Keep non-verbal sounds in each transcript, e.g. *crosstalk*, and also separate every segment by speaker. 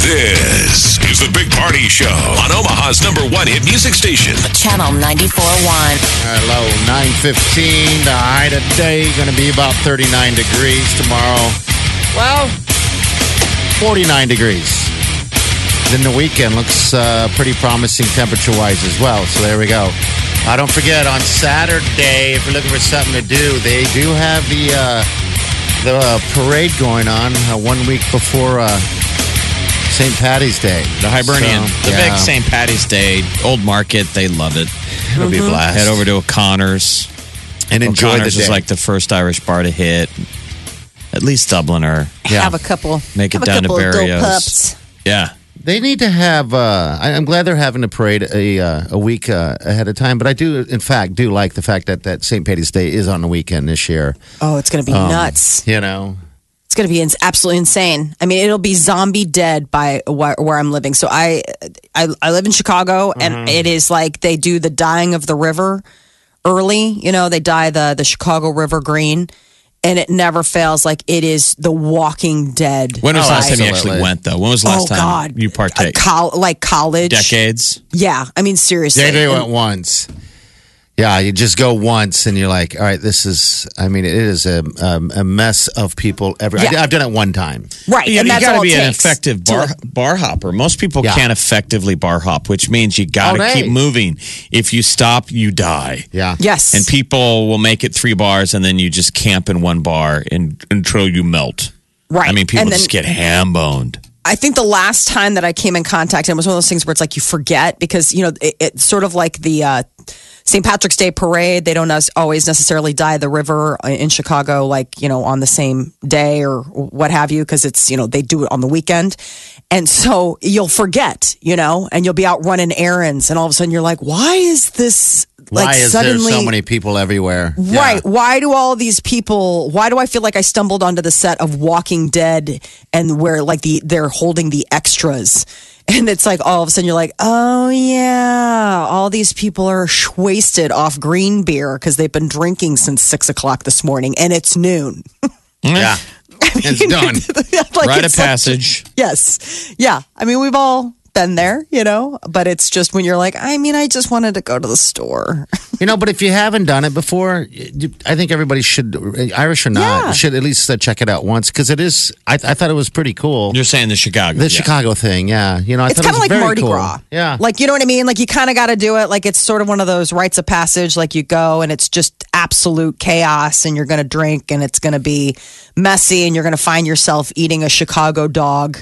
Speaker 1: This is the Big Party Show on Omaha's number one hit music station.
Speaker 2: Channel 94.1.
Speaker 3: Hello, 915. The high today going to be about 39 degrees tomorrow. Well, 49 degrees. Then the weekend looks uh, pretty promising temperature wise as well. So there we go. Uh, don't forget on Saturday, if you're looking for something to do, they do have the uh, the uh, parade going on uh, one week before uh, St. Patty's Day.
Speaker 4: The Hibernian,
Speaker 3: So,
Speaker 4: the
Speaker 3: yeah,
Speaker 4: big St. Patty's Day, Old Market. They love it.
Speaker 3: It'll be a blast.
Speaker 4: Head over to O'Connor's.
Speaker 3: and enjoy the
Speaker 4: O'Connor's
Speaker 3: day.
Speaker 4: is like the first Irish bar to hit. At least Dubliner.
Speaker 3: Yeah.
Speaker 2: Have a couple.
Speaker 4: Make it
Speaker 2: have a
Speaker 4: down to
Speaker 2: couple of dope
Speaker 4: Barrios.
Speaker 2: pups.
Speaker 4: Yeah.
Speaker 3: They need to have. Uh, I, I'm glad they're having a parade a uh, a week uh, ahead of time. But I do, in fact, do like the fact that that St. Patty's Day is on the weekend this year.
Speaker 2: Oh, it's going to be
Speaker 4: Um,
Speaker 2: nuts.
Speaker 3: You know,
Speaker 2: It's going to be ins- absolutely insane. I mean, it'll be zombie dead by wh- where I'm living. So I, I, I live in Chicago,
Speaker 4: Mm-hmm.
Speaker 2: and it is like they do the dyeing of the river early. You know, they dye the the Chicago River green, and it never fails. Like it is the Walking Dead.
Speaker 4: When was the
Speaker 3: Oh,
Speaker 4: last time you actually
Speaker 3: absolutely.
Speaker 4: went, though? When was the
Speaker 2: oh
Speaker 4: last time
Speaker 2: God,
Speaker 4: you
Speaker 2: Uh,
Speaker 4: partake?
Speaker 2: col- like college,
Speaker 4: Decades?
Speaker 2: Yeah, I mean seriously.
Speaker 3: they do it once. Yeah, you just go once, and you're like, all right, this is. I mean, it is a um, a mess of people. Every
Speaker 2: Yeah.
Speaker 3: I, have done it one time.
Speaker 2: right,
Speaker 4: you
Speaker 2: and that's
Speaker 4: got to
Speaker 2: all it
Speaker 4: be an
Speaker 2: takes
Speaker 4: effective
Speaker 2: to,
Speaker 4: bar,
Speaker 2: like,
Speaker 4: bar hopper. Most people
Speaker 3: Yeah.
Speaker 4: can't effectively bar hop, which means you got to
Speaker 3: All day.
Speaker 4: keep moving. If you stop, you die.
Speaker 3: Yeah.
Speaker 2: Yes,
Speaker 4: And people will make it three bars and then you just camp in one bar and, until you melt.
Speaker 2: right.
Speaker 4: I mean, people
Speaker 2: and then,
Speaker 4: just get ham boned.
Speaker 2: I think the last time that I came in contact, and it was one of those things where it's like you forget because you know it, it's sort of like the uh, St. Patrick's Day parade. They don't us- always necessarily dye the river uh, in Chicago, like you know, on the same day or what have you, because it's you know they do it on the weekend, and so you'll forget, you know, and you'll be out running errands, and all of a sudden you're like, why is this? Like
Speaker 3: Why is
Speaker 2: suddenly,
Speaker 3: there so many people everywhere?
Speaker 2: Right. Why do all these people? Why do I feel like I stumbled onto the set of Walking Dead and where like the they're holding the extras, and it's like all of a sudden you're like, oh yeah, all these people are sh- wasted off green beer because they've been drinking since six o'clock this morning and it's noon. *laughs*
Speaker 3: Yeah. It's done.
Speaker 2: like,
Speaker 4: Rite of
Speaker 2: it's like-
Speaker 4: passage.
Speaker 2: yes. Yeah. I mean, we've all been there, you know. But it's just when you're like, I mean, I just wanted to go to the store.
Speaker 3: You know, but if you haven't done it before, you- I think everybody should, Irish or not,
Speaker 2: Yeah.
Speaker 3: should at least uh, check it out once because it is. I, I thought it was pretty cool.
Speaker 4: You're saying the Chicago.
Speaker 3: the
Speaker 4: yeah.
Speaker 3: Chicago thing, yeah. You know, I
Speaker 2: it's
Speaker 3: thought it
Speaker 2: kind
Speaker 3: was
Speaker 2: of like
Speaker 3: very
Speaker 2: Mardi
Speaker 3: cool.
Speaker 2: Gras.
Speaker 3: Yeah,
Speaker 2: Like, you know what I mean? Like, you kind of got to do it. Like, it's sort of one of those rites of passage. Like, you go and it's just absolute chaos, and you're going to drink, and it's going to be messy, and you're going to find yourself eating a Chicago dog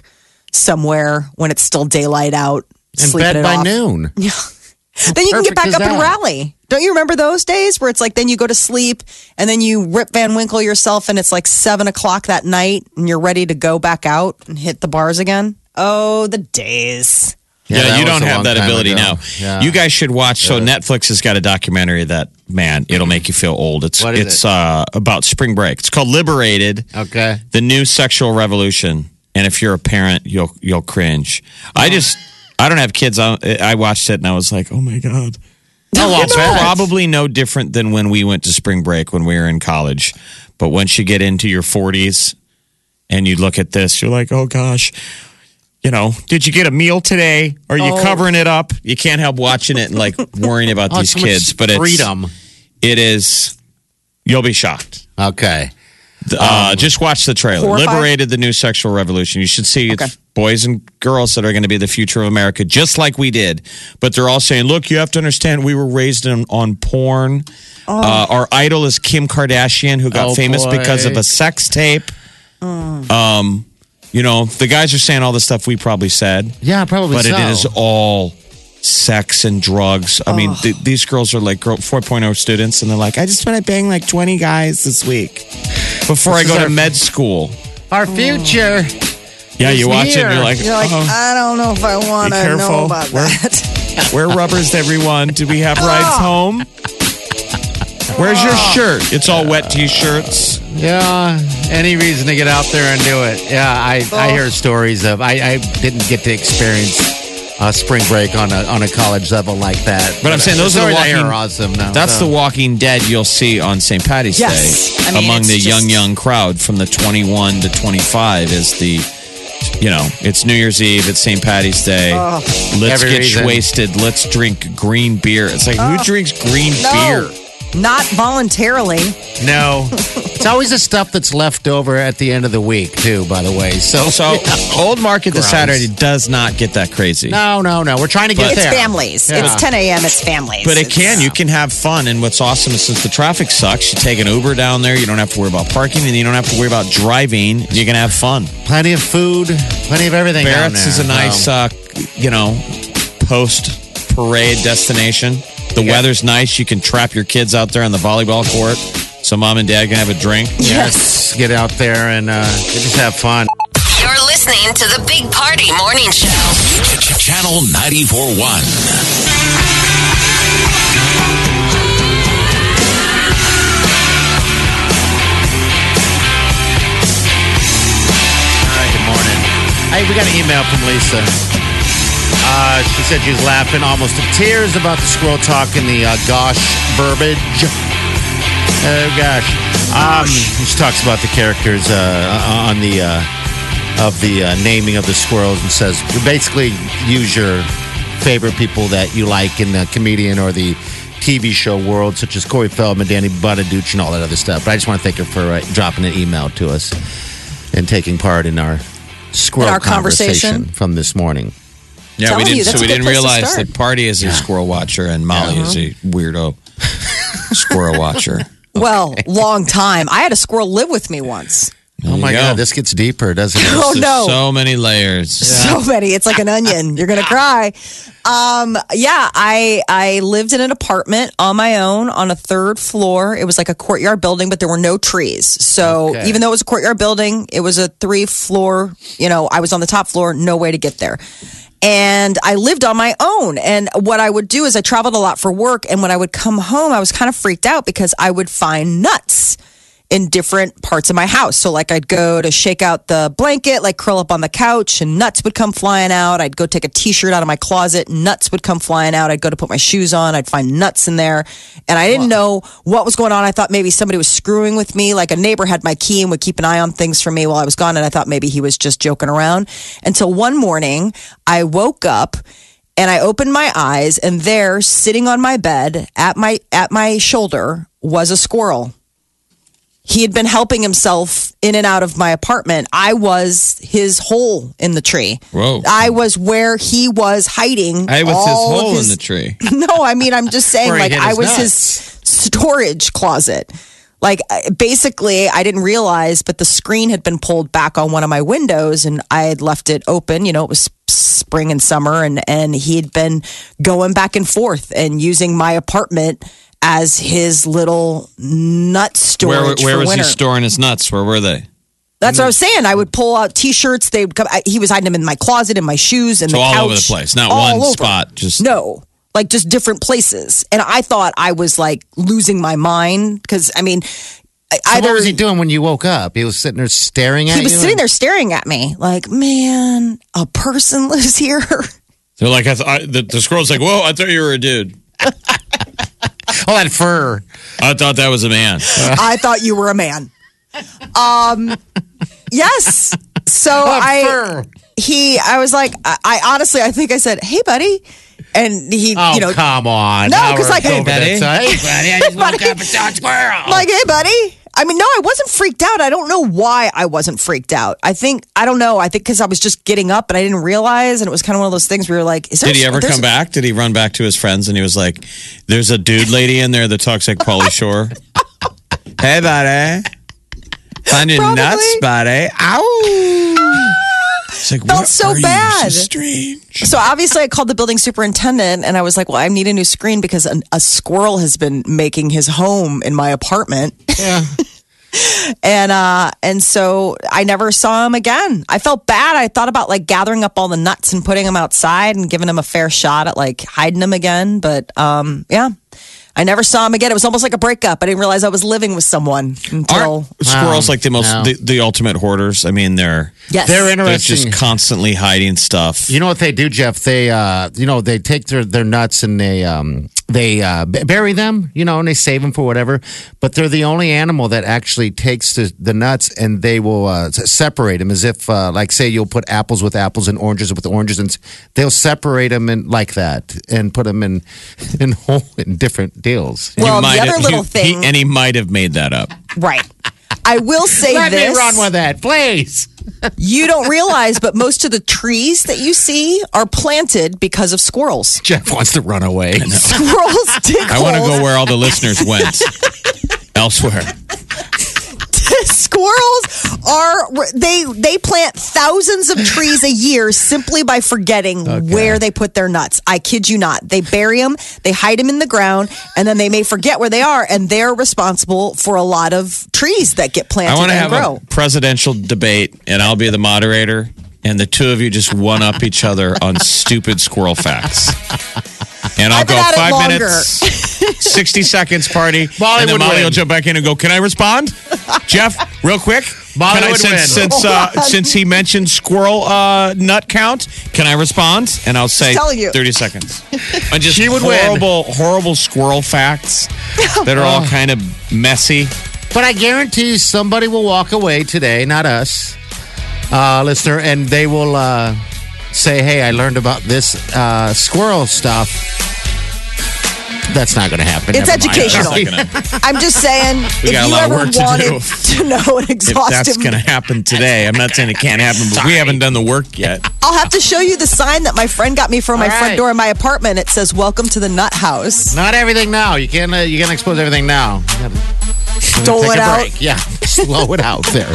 Speaker 2: somewhere when it's still daylight out.
Speaker 3: in
Speaker 2: sleeping
Speaker 3: bed
Speaker 2: it
Speaker 3: by
Speaker 2: off. *laughs*
Speaker 3: noon.
Speaker 2: Then you can
Speaker 3: perfect
Speaker 2: get back
Speaker 3: is
Speaker 2: up and
Speaker 3: that?
Speaker 2: rally. Don't you remember those days where it's like then you go to sleep and then you rip Van Winkle yourself and it's like seven o'clock that night and you're ready to go back out and hit the bars again? Oh, the days.
Speaker 4: Yeah,
Speaker 3: that
Speaker 4: you
Speaker 3: was
Speaker 4: don't
Speaker 3: a
Speaker 4: have
Speaker 3: long
Speaker 4: that
Speaker 3: time
Speaker 4: ability
Speaker 3: ago.
Speaker 4: now.
Speaker 3: Yeah.
Speaker 4: You guys should watch. So Netflix has got a documentary that man, it'll make you feel old. It's
Speaker 3: Mm-hmm. What is
Speaker 4: it's
Speaker 3: it?
Speaker 4: Uh, about spring break. It's called Liberated.
Speaker 3: Okay.
Speaker 4: The new sexual revolution. And if you're a parent, you'll you'll cringe. I just I don't have kids. I, I watched it and I was like, oh my god.
Speaker 3: Oh, I'll
Speaker 4: it's
Speaker 3: bet.
Speaker 4: probably no different than when we went to spring break when we were in college. But once you get into your 40s and you look at this, you're like, oh gosh, you know, did you get a meal today? Are you covering it up? You can't help watching it and like
Speaker 3: *laughs*
Speaker 4: worrying about
Speaker 3: Oh,
Speaker 4: these
Speaker 3: so much
Speaker 4: kids. But it's,
Speaker 3: freedom.
Speaker 4: it is, you'll be shocked.
Speaker 3: Okay.
Speaker 4: Uh, just watch the trailer.
Speaker 2: horrified?
Speaker 4: Liberated the new sexual revolution. You should see it's boys and girls that are going to be the future of America, just like we did. But they're all saying, look, you have to understand we were raised in, on porn. Uh, our idol is Kim Kardashian, who got
Speaker 3: Oh,
Speaker 4: famous
Speaker 3: boy.
Speaker 4: because of a sex tape. Um, You know, the guys are saying all the stuff we probably said,
Speaker 3: Yeah, probably
Speaker 4: but
Speaker 3: so.
Speaker 4: it is all sex and drugs. I mean, th- these girls are like girl, 4.0 students, and they're like, I just want to bang like 20 guys this week before
Speaker 3: This is
Speaker 4: I go
Speaker 3: our-
Speaker 4: to med school.
Speaker 3: Our future.
Speaker 4: Yeah, you watch it and
Speaker 3: here.
Speaker 4: you're like,
Speaker 2: You're like,
Speaker 4: "Oh,
Speaker 2: I don't know if I want to know
Speaker 4: careful.
Speaker 2: about
Speaker 4: We're-
Speaker 2: that. *laughs*
Speaker 4: Wear rubbers, everyone. Do we have rides home? Where's your shirt? It's all wet t-shirts.
Speaker 3: Yeah, any reason to get out there and do it. Yeah, I, I hear stories of. I, I didn't get to experience uh, spring break on a on a college level like that.
Speaker 4: But I'm saying those are the
Speaker 3: stories I hear
Speaker 4: walking.
Speaker 3: are awesome. Though,
Speaker 4: that's
Speaker 3: so.
Speaker 4: the Walking Dead you'll see on St. Patty's
Speaker 2: Yes.
Speaker 4: Day
Speaker 2: I mean,
Speaker 4: among
Speaker 2: it's
Speaker 4: the young
Speaker 2: just-
Speaker 4: young crowd from the 21 to 25 is the. You know, it's New Year's Eve. It's St. Patty's Day.
Speaker 2: Oh.
Speaker 4: Let's
Speaker 3: Every
Speaker 4: get
Speaker 3: reason.
Speaker 4: wasted. Let's drink green beer. It's like who drinks green
Speaker 2: Oh. No,
Speaker 4: beer?
Speaker 2: not voluntarily.
Speaker 4: *laughs*
Speaker 3: No, it's always the stuff that's left over at the end of the week, too. By the way, so
Speaker 4: So, Old Market this
Speaker 3: Oh, Gross.
Speaker 4: Saturday does not get that crazy.
Speaker 3: no, no, no. We're trying to get
Speaker 2: It's
Speaker 3: there.
Speaker 2: families.
Speaker 3: Yeah.
Speaker 2: It's 10 a.m. It's families.
Speaker 4: But it
Speaker 2: It's-
Speaker 4: can. You can have fun. And what's awesome is since the traffic sucks, you take an Uber down there. You don't have to worry about parking and you don't have to worry about driving. You can have fun.
Speaker 3: Plenty of food, plenty of everything. down
Speaker 4: Barrett's is
Speaker 3: there.
Speaker 4: a nice,
Speaker 3: Um,
Speaker 4: uh, you know, post parade destination. The
Speaker 3: Yeah.
Speaker 4: weather's nice. You can trap your kids out there on the volleyball court so mom and dad can have a drink.
Speaker 3: yes. Get out there and uh, just have fun.
Speaker 5: You're listening to the Big Party Morning Show.
Speaker 1: Channel 94.1.
Speaker 3: All right, good morning. Hey, we got an email from Lisa. Uh, she said she was laughing almost to tears about the squirrel talk and the uh, gosh verbiage. Oh gosh. Um, she talks about the characters uh, on the uh, of the uh, naming of the squirrels and says basically use your favorite people that you like in the comedian or the TV show world, such as Corey Feldman, Danny Bonaduce, and all that other stuff. But I just want to thank her for uh, dropping an email to us and taking part in our squirrel
Speaker 2: In our
Speaker 3: conversation,
Speaker 2: conversation.
Speaker 3: from this morning.
Speaker 4: Yeah, we
Speaker 2: Telling
Speaker 4: didn't.
Speaker 2: you,
Speaker 4: so
Speaker 2: that's
Speaker 4: we
Speaker 2: a good
Speaker 4: didn't
Speaker 2: place to
Speaker 4: realize
Speaker 2: start.
Speaker 4: that Party is a squirrel watcher and Molly is a
Speaker 2: *laughs*
Speaker 4: weirdo squirrel watcher.
Speaker 2: Well, long time. I had a squirrel live with me once.
Speaker 3: Oh my
Speaker 4: you go.
Speaker 3: God, this gets deeper, doesn't it?
Speaker 2: *laughs* Oh,
Speaker 4: There's
Speaker 2: no.
Speaker 4: So many layers.
Speaker 2: so many. It's like an onion.
Speaker 4: *laughs*
Speaker 2: You're
Speaker 4: Ah.
Speaker 2: gonna cry. Um, yeah, I I lived in an apartment on my own on a third floor. It was like a courtyard building, but there were no trees. So
Speaker 3: Okay.
Speaker 2: even though it was a courtyard building, it was a three floor. You know, I was on the top floor. No way to get there. And I lived on my own. And what I would do is I traveled a lot for work. And when I would come home, I was kind of freaked out because I would find nuts in different parts of my house. So, like, I'd go to shake out the blanket, like, curl up on the couch, and nuts would come flying out. I'd go take a t shirt out of my closet, nuts would come flying out. I'd go to put my shoes on, I'd find nuts in there. And I didn't know what was going on. I thought maybe somebody was screwing with me. Like, a neighbor had my key and would keep an eye on things for me while I was gone. And I thought maybe he was just joking around. Until one morning, I woke up. And I opened my eyes, and there, sitting on my bed at my at my shoulder, was a squirrel he had been helping himself in and out of my apartment. I was his hole in the tree.
Speaker 4: Whoa.
Speaker 2: I was where he was hiding.
Speaker 4: I was his
Speaker 2: all of
Speaker 4: hole in
Speaker 2: his-
Speaker 4: the tree.
Speaker 2: *laughs* No, I mean, I'm just saying,
Speaker 3: Where he
Speaker 2: like,
Speaker 3: hid
Speaker 2: I
Speaker 3: his
Speaker 2: was
Speaker 3: nuts.
Speaker 2: his storage closet. Like, I- basically, I didn't realize, but the screen had been pulled back on one of my windows and I had left it open. You know, it was spring and summer, and, and he had been going back and forth and using my apartment as his little nut storage.
Speaker 4: Where, where
Speaker 2: for
Speaker 4: was he
Speaker 2: winter.
Speaker 4: storing his nuts? Where were they?
Speaker 2: That's what I was
Speaker 4: Mm.
Speaker 2: saying. I would pull out T-shirts. They would come. I, he was hiding them in my closet, in my shoes, and
Speaker 4: So
Speaker 2: the
Speaker 4: all
Speaker 2: couch,
Speaker 4: over the place, not
Speaker 2: all
Speaker 4: one
Speaker 2: over.
Speaker 4: spot. Just
Speaker 2: No, like just different places. And I thought I was like losing my mind because I mean, I
Speaker 3: So
Speaker 2: either
Speaker 3: what was he doing when you woke up? He was sitting there staring at
Speaker 2: he was
Speaker 3: you.
Speaker 2: sitting there staring at me like, man, a person *laughs*
Speaker 4: *laughs*
Speaker 2: lives here.
Speaker 4: they're like I th- I, the, the squirrel's like, whoa! I thought you were a dude.
Speaker 3: *laughs* All that fur.
Speaker 4: I thought that was a man.
Speaker 2: I thought you were a man. Um, yes.
Speaker 4: *laughs*
Speaker 2: So I.
Speaker 3: fur.
Speaker 2: He, I was like, I, I honestly, I think I said, "Hey, buddy," and he,
Speaker 3: Oh,
Speaker 2: you know,
Speaker 3: come on.
Speaker 2: No,
Speaker 3: Now
Speaker 2: 'cause
Speaker 3: we're
Speaker 2: like- Hey,
Speaker 3: over that
Speaker 4: buddy.
Speaker 3: side. Hey, buddy, I just woke
Speaker 2: *laughs* Buddy.
Speaker 3: up and saw a squirrel.
Speaker 2: I'm like, hey, buddy. I mean, no, I wasn't freaked out. I don't know why I wasn't freaked out. I think I don't know. I think because I was just getting up and I didn't realize, and it was kind of one of those things where you're like, "Is there?"
Speaker 4: Did he ever
Speaker 2: there's-
Speaker 4: come back? Did he run back to his friends and he was like, "There's
Speaker 2: *laughs*
Speaker 4: a dude lady in there that talks like Polly Shore." hey, buddy. On your
Speaker 2: Probably.
Speaker 4: nuts, buddy. Ow. It's like,
Speaker 2: Felt
Speaker 4: what
Speaker 2: so
Speaker 4: are you?
Speaker 2: bad.
Speaker 4: This is strange.
Speaker 2: So obviously, I called the building superintendent and I was like, "Well, I need a new screen because an, a squirrel has been making his home in my apartment."
Speaker 3: Yeah.
Speaker 2: *laughs* and uh, and so I never saw him again. I felt bad. I thought about like gathering up all the nuts and putting them outside and giving him a fair shot at like hiding them again. But um, yeah, I never saw him again. It was almost like a breakup. I didn't realize I was living with someone until
Speaker 4: Aren't squirrels
Speaker 3: Wow.
Speaker 4: like the most,
Speaker 3: No.
Speaker 4: the, the ultimate hoarders? I mean, they're,
Speaker 2: yes,
Speaker 3: They're
Speaker 4: they're
Speaker 3: interesting.
Speaker 4: just constantly hiding stuff.
Speaker 3: You know what they do, Jeff? They, uh, you know, they take their, their nuts and they um, they uh, b- bury them, you know, and they save them for whatever. But they're the only animal that actually takes the, the nuts and they will uh, s- separate them as if, uh, like, say, you'll put apples with apples and oranges with oranges, and s- they'll separate them in, like that and put them in *laughs* in whole in different deals.
Speaker 4: He
Speaker 2: Well, the
Speaker 4: might
Speaker 2: other
Speaker 4: have-
Speaker 2: little
Speaker 4: he- he-
Speaker 2: thing-
Speaker 4: and he might have made that up.
Speaker 2: right. I will
Speaker 3: *laughs*
Speaker 2: say
Speaker 3: Let
Speaker 2: this.
Speaker 3: me run with it, please.
Speaker 2: You don't realize, but most of the trees that you see are planted because of squirrels.
Speaker 3: Jeff wants to run away.
Speaker 4: *laughs*
Speaker 2: Squirrels dig
Speaker 4: I want to go
Speaker 2: holes.
Speaker 4: where all the listeners went. Elsewhere.
Speaker 2: *laughs* Squirrels are they they plant thousands of trees a year simply by forgetting where they put their nuts. I kid you not. They bury them, they hide them in the ground, and then they may forget where they are, and they're responsible for a lot of trees that get
Speaker 4: I
Speaker 2: planted
Speaker 4: want to
Speaker 2: and
Speaker 4: have
Speaker 2: grow.
Speaker 4: a presidential debate, and I'll be the moderator. And the two of you just one up each other on stupid squirrel facts. And I'll
Speaker 2: I've
Speaker 4: go
Speaker 2: been at it
Speaker 4: five
Speaker 2: longer.
Speaker 4: minutes, sixty seconds, party.
Speaker 3: *laughs* Molly
Speaker 4: and then
Speaker 3: would
Speaker 4: Molly
Speaker 3: win.
Speaker 4: will jump back in and go. Can I respond, Jeff? Real quick.
Speaker 3: Molly
Speaker 4: can I,
Speaker 3: would
Speaker 4: since
Speaker 3: win.
Speaker 4: since
Speaker 2: *laughs*
Speaker 4: uh, since he mentioned squirrel uh, nut count, can I respond? And I'll say
Speaker 2: telling you.
Speaker 4: thirty
Speaker 2: *laughs*
Speaker 4: seconds. And just
Speaker 3: She would win.
Speaker 4: horrible, horrible squirrel facts that are
Speaker 2: *laughs*
Speaker 4: all kind of messy.
Speaker 3: But I guarantee you somebody will walk away today, not us, uh, listener, and they will uh, say, hey, I learned about this uh, squirrel stuff. That's not going to happen.
Speaker 2: It's
Speaker 3: Never mind.
Speaker 2: educational.
Speaker 4: That's not gonna-
Speaker 2: I'm just saying,
Speaker 4: We
Speaker 2: if
Speaker 4: got a
Speaker 2: you
Speaker 4: lot of
Speaker 2: ever
Speaker 4: work to
Speaker 2: wanted to, know an
Speaker 4: if that's
Speaker 2: exhaustive
Speaker 4: going
Speaker 6: *laughs*
Speaker 4: to happen today. I'm not saying it can't happen, but we haven't done the
Speaker 3: *laughs*
Speaker 4: work yet.
Speaker 2: I'll have to show you the sign that my friend got me for my
Speaker 3: All
Speaker 2: front
Speaker 3: right.
Speaker 2: door in my apartment. It says "Welcome to the Nut House."
Speaker 3: *laughs* Not everything now. You can't. Uh, you can't expose everything now. You gotta-
Speaker 2: Stole
Speaker 3: Take
Speaker 2: it
Speaker 3: a
Speaker 2: out.
Speaker 3: break. Yeah, *laughs* slow it out *laughs* there.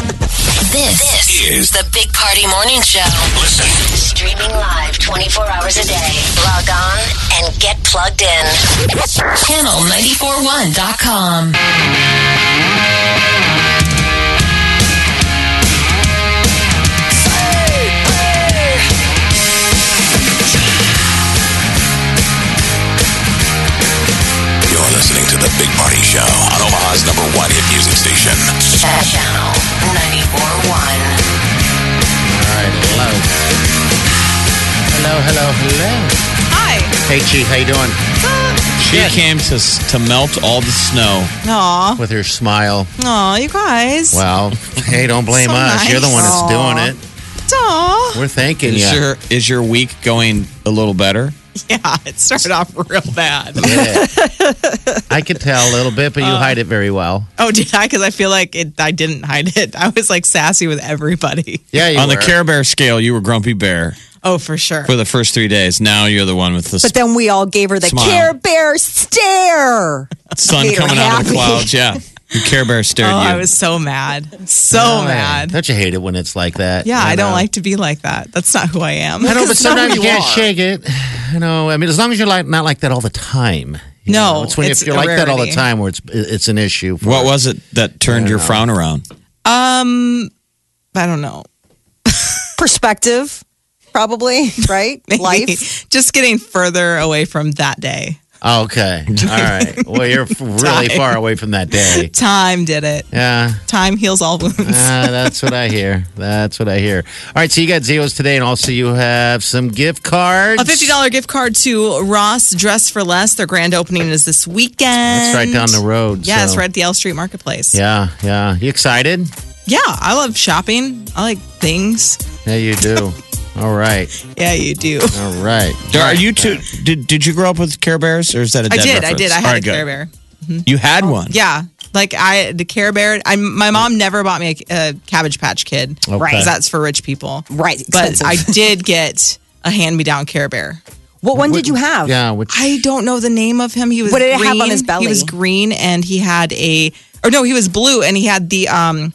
Speaker 5: This, is the Big Party Morning Show. Listen. Streaming live 24 hours a day. Log on and get plugged in. Channel941.com.
Speaker 1: You're listening to The Big Party Show on Omaha's number one hit music station.
Speaker 5: Channel 941.
Speaker 3: All right. Hello. Hello. Hello. Hello.
Speaker 2: Hi.
Speaker 3: Hey, Chi, how you doing?
Speaker 4: She came to, to melt all the snow.
Speaker 2: Aw,
Speaker 3: With her smile.
Speaker 2: aw, you guys.
Speaker 3: Well,
Speaker 2: *laughs*
Speaker 3: hey, don't blame
Speaker 2: So
Speaker 3: us. You're the
Speaker 2: nice.
Speaker 3: one that's
Speaker 2: Aw.
Speaker 3: doing it. *laughs*
Speaker 2: Aw.
Speaker 3: We're thanking
Speaker 4: Is,
Speaker 3: you.
Speaker 4: your, is your week going a little better?
Speaker 2: Yeah, it started off real bad.
Speaker 3: Yeah. I could tell a little bit, but
Speaker 6: Uh,
Speaker 3: you hide it very well.
Speaker 6: *laughs* Oh, did I? Because I feel like it, I didn't hide it. I was like sassy with everybody.
Speaker 3: Yeah, you
Speaker 4: On the
Speaker 3: were.
Speaker 4: Care Bear scale, you were Grumpy Bear
Speaker 6: Oh, for sure.
Speaker 4: for the first three days. Now you're the one with the
Speaker 2: But then we all gave her the
Speaker 4: Smile.
Speaker 2: Care Bear stare.
Speaker 4: sun
Speaker 2: made her
Speaker 4: coming out of the
Speaker 2: happy.
Speaker 4: clouds.
Speaker 6: *laughs*
Speaker 4: Yeah. The Care Bear stared
Speaker 6: Oh,
Speaker 4: at you.
Speaker 6: I was so mad. So mad.
Speaker 3: Oh, Don't you hate it when it's like that?
Speaker 6: yeah,
Speaker 3: You
Speaker 6: I don't
Speaker 3: know?
Speaker 6: like to be like that. That's not who I am.
Speaker 3: I know,
Speaker 6: *laughs*
Speaker 3: but
Speaker 2: it's not
Speaker 3: sometimes
Speaker 2: who
Speaker 3: you
Speaker 2: you
Speaker 3: can't
Speaker 2: are.
Speaker 3: shake it. You know, I mean, as long as you're like not like that all the time. you
Speaker 6: No,
Speaker 3: know? it's when
Speaker 6: it's
Speaker 3: if you're
Speaker 6: a
Speaker 3: like that all the
Speaker 6: rarity.
Speaker 3: time, where it's it's an issue. for-
Speaker 4: what was it that turned your frown around?
Speaker 6: Um, I don't know. *laughs*
Speaker 2: Perspective, probably right. Life.
Speaker 6: Just getting further away from that day.
Speaker 3: Oh,
Speaker 6: *laughs*
Speaker 3: Okay, all right. Well, you're f- really far away from that day.
Speaker 6: Time did it. *laughs*
Speaker 3: Yeah.
Speaker 6: Time heals all wounds.
Speaker 3: Ah, that's what I hear. That's what I hear. All right, so you got zeros today, and also you have some gift cards.
Speaker 6: *laughs* A $50 gift card to Ross Dress for Less. Their grand opening is this weekend.
Speaker 3: That's right down the road.
Speaker 6: Yeah, it's
Speaker 3: so-
Speaker 6: right at the L Street Marketplace.
Speaker 3: Yeah, yeah. You excited?
Speaker 6: yeah, I love shopping. I like things.
Speaker 3: Yeah, you do. All right,
Speaker 6: Yeah, you do.
Speaker 3: all right.
Speaker 4: Are you two? Did did you grow up with Care Bears, or is that a
Speaker 6: *laughs* I
Speaker 4: dead
Speaker 6: did. I
Speaker 4: reference?
Speaker 6: did. I
Speaker 4: All
Speaker 6: had
Speaker 4: right,
Speaker 6: a
Speaker 4: good.
Speaker 6: Care Bear.
Speaker 4: You had one.
Speaker 6: Yeah. Like I, the Care Bear. I, my mom never bought me a, a Cabbage Patch Kid.
Speaker 3: Right.
Speaker 6: Because that's for rich people.
Speaker 2: Right,
Speaker 6: But
Speaker 2: expensive.
Speaker 6: I did get a hand-me-down Care Bear.
Speaker 2: What one did you have?
Speaker 3: Yeah, which
Speaker 6: I don't know the name of him. He was
Speaker 2: What did it
Speaker 6: green.
Speaker 2: have on his belly?
Speaker 6: He was green and he had a, or no, he was blue and he had the um,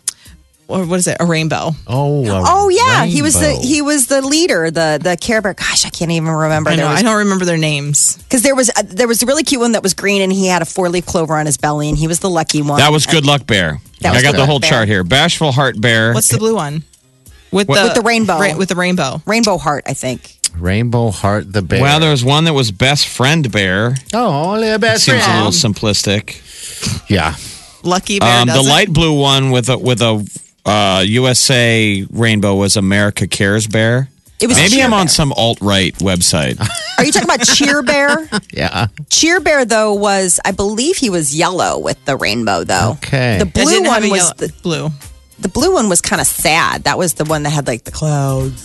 Speaker 6: or what is it? A rainbow.
Speaker 3: Oh, a
Speaker 2: Oh yeah, he was the
Speaker 3: rainbow.
Speaker 2: he was the leader, the the Care Bear. Gosh, I can't even remember.
Speaker 6: I,
Speaker 2: There
Speaker 6: know,
Speaker 2: was-
Speaker 6: I don't remember their names.
Speaker 2: Because there was a, there was a really cute one that was green, and he had a four leaf clover on his belly, and he was the lucky one.
Speaker 4: That was Good Luck Bear.
Speaker 2: That was
Speaker 4: I got
Speaker 2: Good
Speaker 4: the
Speaker 2: Luck
Speaker 4: whole
Speaker 2: Bear.
Speaker 4: chart here. Bashful Heart Bear.
Speaker 6: What's the blue one? With
Speaker 4: What-
Speaker 6: the
Speaker 2: With the rainbow.
Speaker 6: Ra- with the rainbow.
Speaker 2: Rainbow Heart, I think.
Speaker 3: Rainbow Heart the Bear.
Speaker 4: well, there was one that was Best Friend Bear.
Speaker 3: oh, only a best
Speaker 4: Seems a little
Speaker 3: friend.
Speaker 4: simplistic.
Speaker 3: Yeah.
Speaker 6: Lucky bear.
Speaker 4: Um, the
Speaker 6: doesn't.
Speaker 4: light blue one with a with a uh, USA rainbow was America Cares Bear.
Speaker 2: It was
Speaker 4: Maybe
Speaker 2: Cheer
Speaker 4: I'm on
Speaker 2: Oh, Bear.
Speaker 4: some alt right website.
Speaker 2: Are you talking about Cheer Bear?
Speaker 3: Yeah.
Speaker 2: Cheer Bear though was I believe he was yellow with the rainbow though.
Speaker 3: Okay.
Speaker 2: The
Speaker 6: That
Speaker 2: blue
Speaker 6: didn't have
Speaker 2: one
Speaker 6: a
Speaker 2: was
Speaker 6: yellow-
Speaker 2: the,
Speaker 6: blue.
Speaker 2: the blue one was kind of sad. That was the one that had like the clouds.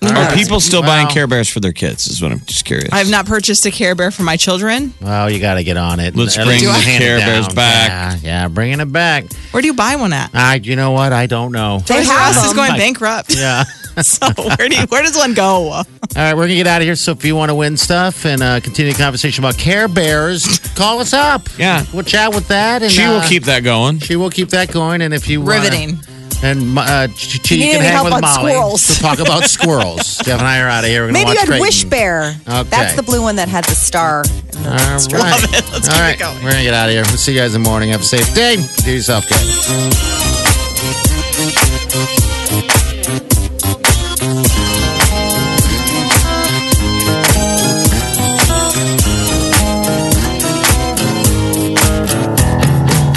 Speaker 4: Are people still buying
Speaker 3: Wow.
Speaker 4: Care Bears for their kids? Is what I'm just curious.
Speaker 6: I have not purchased a Care Bear for my children.
Speaker 3: Well, you got to get on it.
Speaker 4: Let's
Speaker 3: At
Speaker 4: bring
Speaker 3: least
Speaker 4: the
Speaker 3: hand it
Speaker 4: Care
Speaker 3: down.
Speaker 4: Bears back.
Speaker 3: Yeah, yeah, bringing it back.
Speaker 6: Where do you buy one at?
Speaker 3: I, you know what? I don't know.
Speaker 2: They
Speaker 6: Toys R
Speaker 2: have
Speaker 6: Us is
Speaker 2: them.
Speaker 6: going bankrupt. *laughs*
Speaker 3: Yeah.
Speaker 6: So where do you, where does one go?
Speaker 3: All right, we're gonna get out of here. So if you want to win stuff and uh, continue the conversation about Care Bears, call us up.
Speaker 4: Yeah.
Speaker 3: we'll chat with that. And
Speaker 4: she will
Speaker 3: uh,
Speaker 4: keep that going.
Speaker 3: she will keep that going. And if you wanna-
Speaker 6: Riveting.
Speaker 3: and uh, she, she- you,
Speaker 2: You need
Speaker 3: can
Speaker 2: any
Speaker 3: hang
Speaker 2: help
Speaker 3: with
Speaker 2: on
Speaker 3: Molly.
Speaker 2: squirrels?
Speaker 3: We'll talk about
Speaker 2: *laughs*
Speaker 3: squirrels. Jeff and I are out of here. We're gonna
Speaker 2: Maybe you
Speaker 3: watch
Speaker 2: had
Speaker 3: Creighton.
Speaker 2: Wish Bear.
Speaker 3: Okay.
Speaker 2: That's the blue one that had the star.
Speaker 3: All right, All right. We're gonna get out of here. We'll see you guys in the morning. Have a safe day. Do yourself good.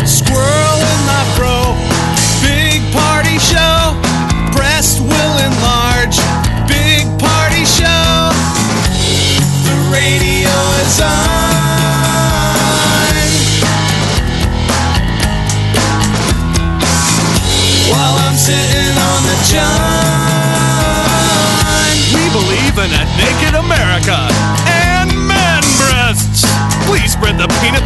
Speaker 7: Squirrel in my bro. Big party show. Breast will enlarge. Big party show. The radio is on. While I'm sitting on the john. We believe in a naked America and man breasts. Please spread the peanut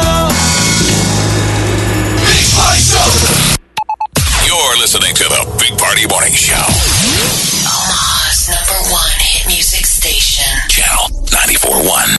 Speaker 1: Big Party Show. You're listening to the Big Party Morning Show.
Speaker 5: Omaha's number one hit music station.
Speaker 1: Channel 94.1.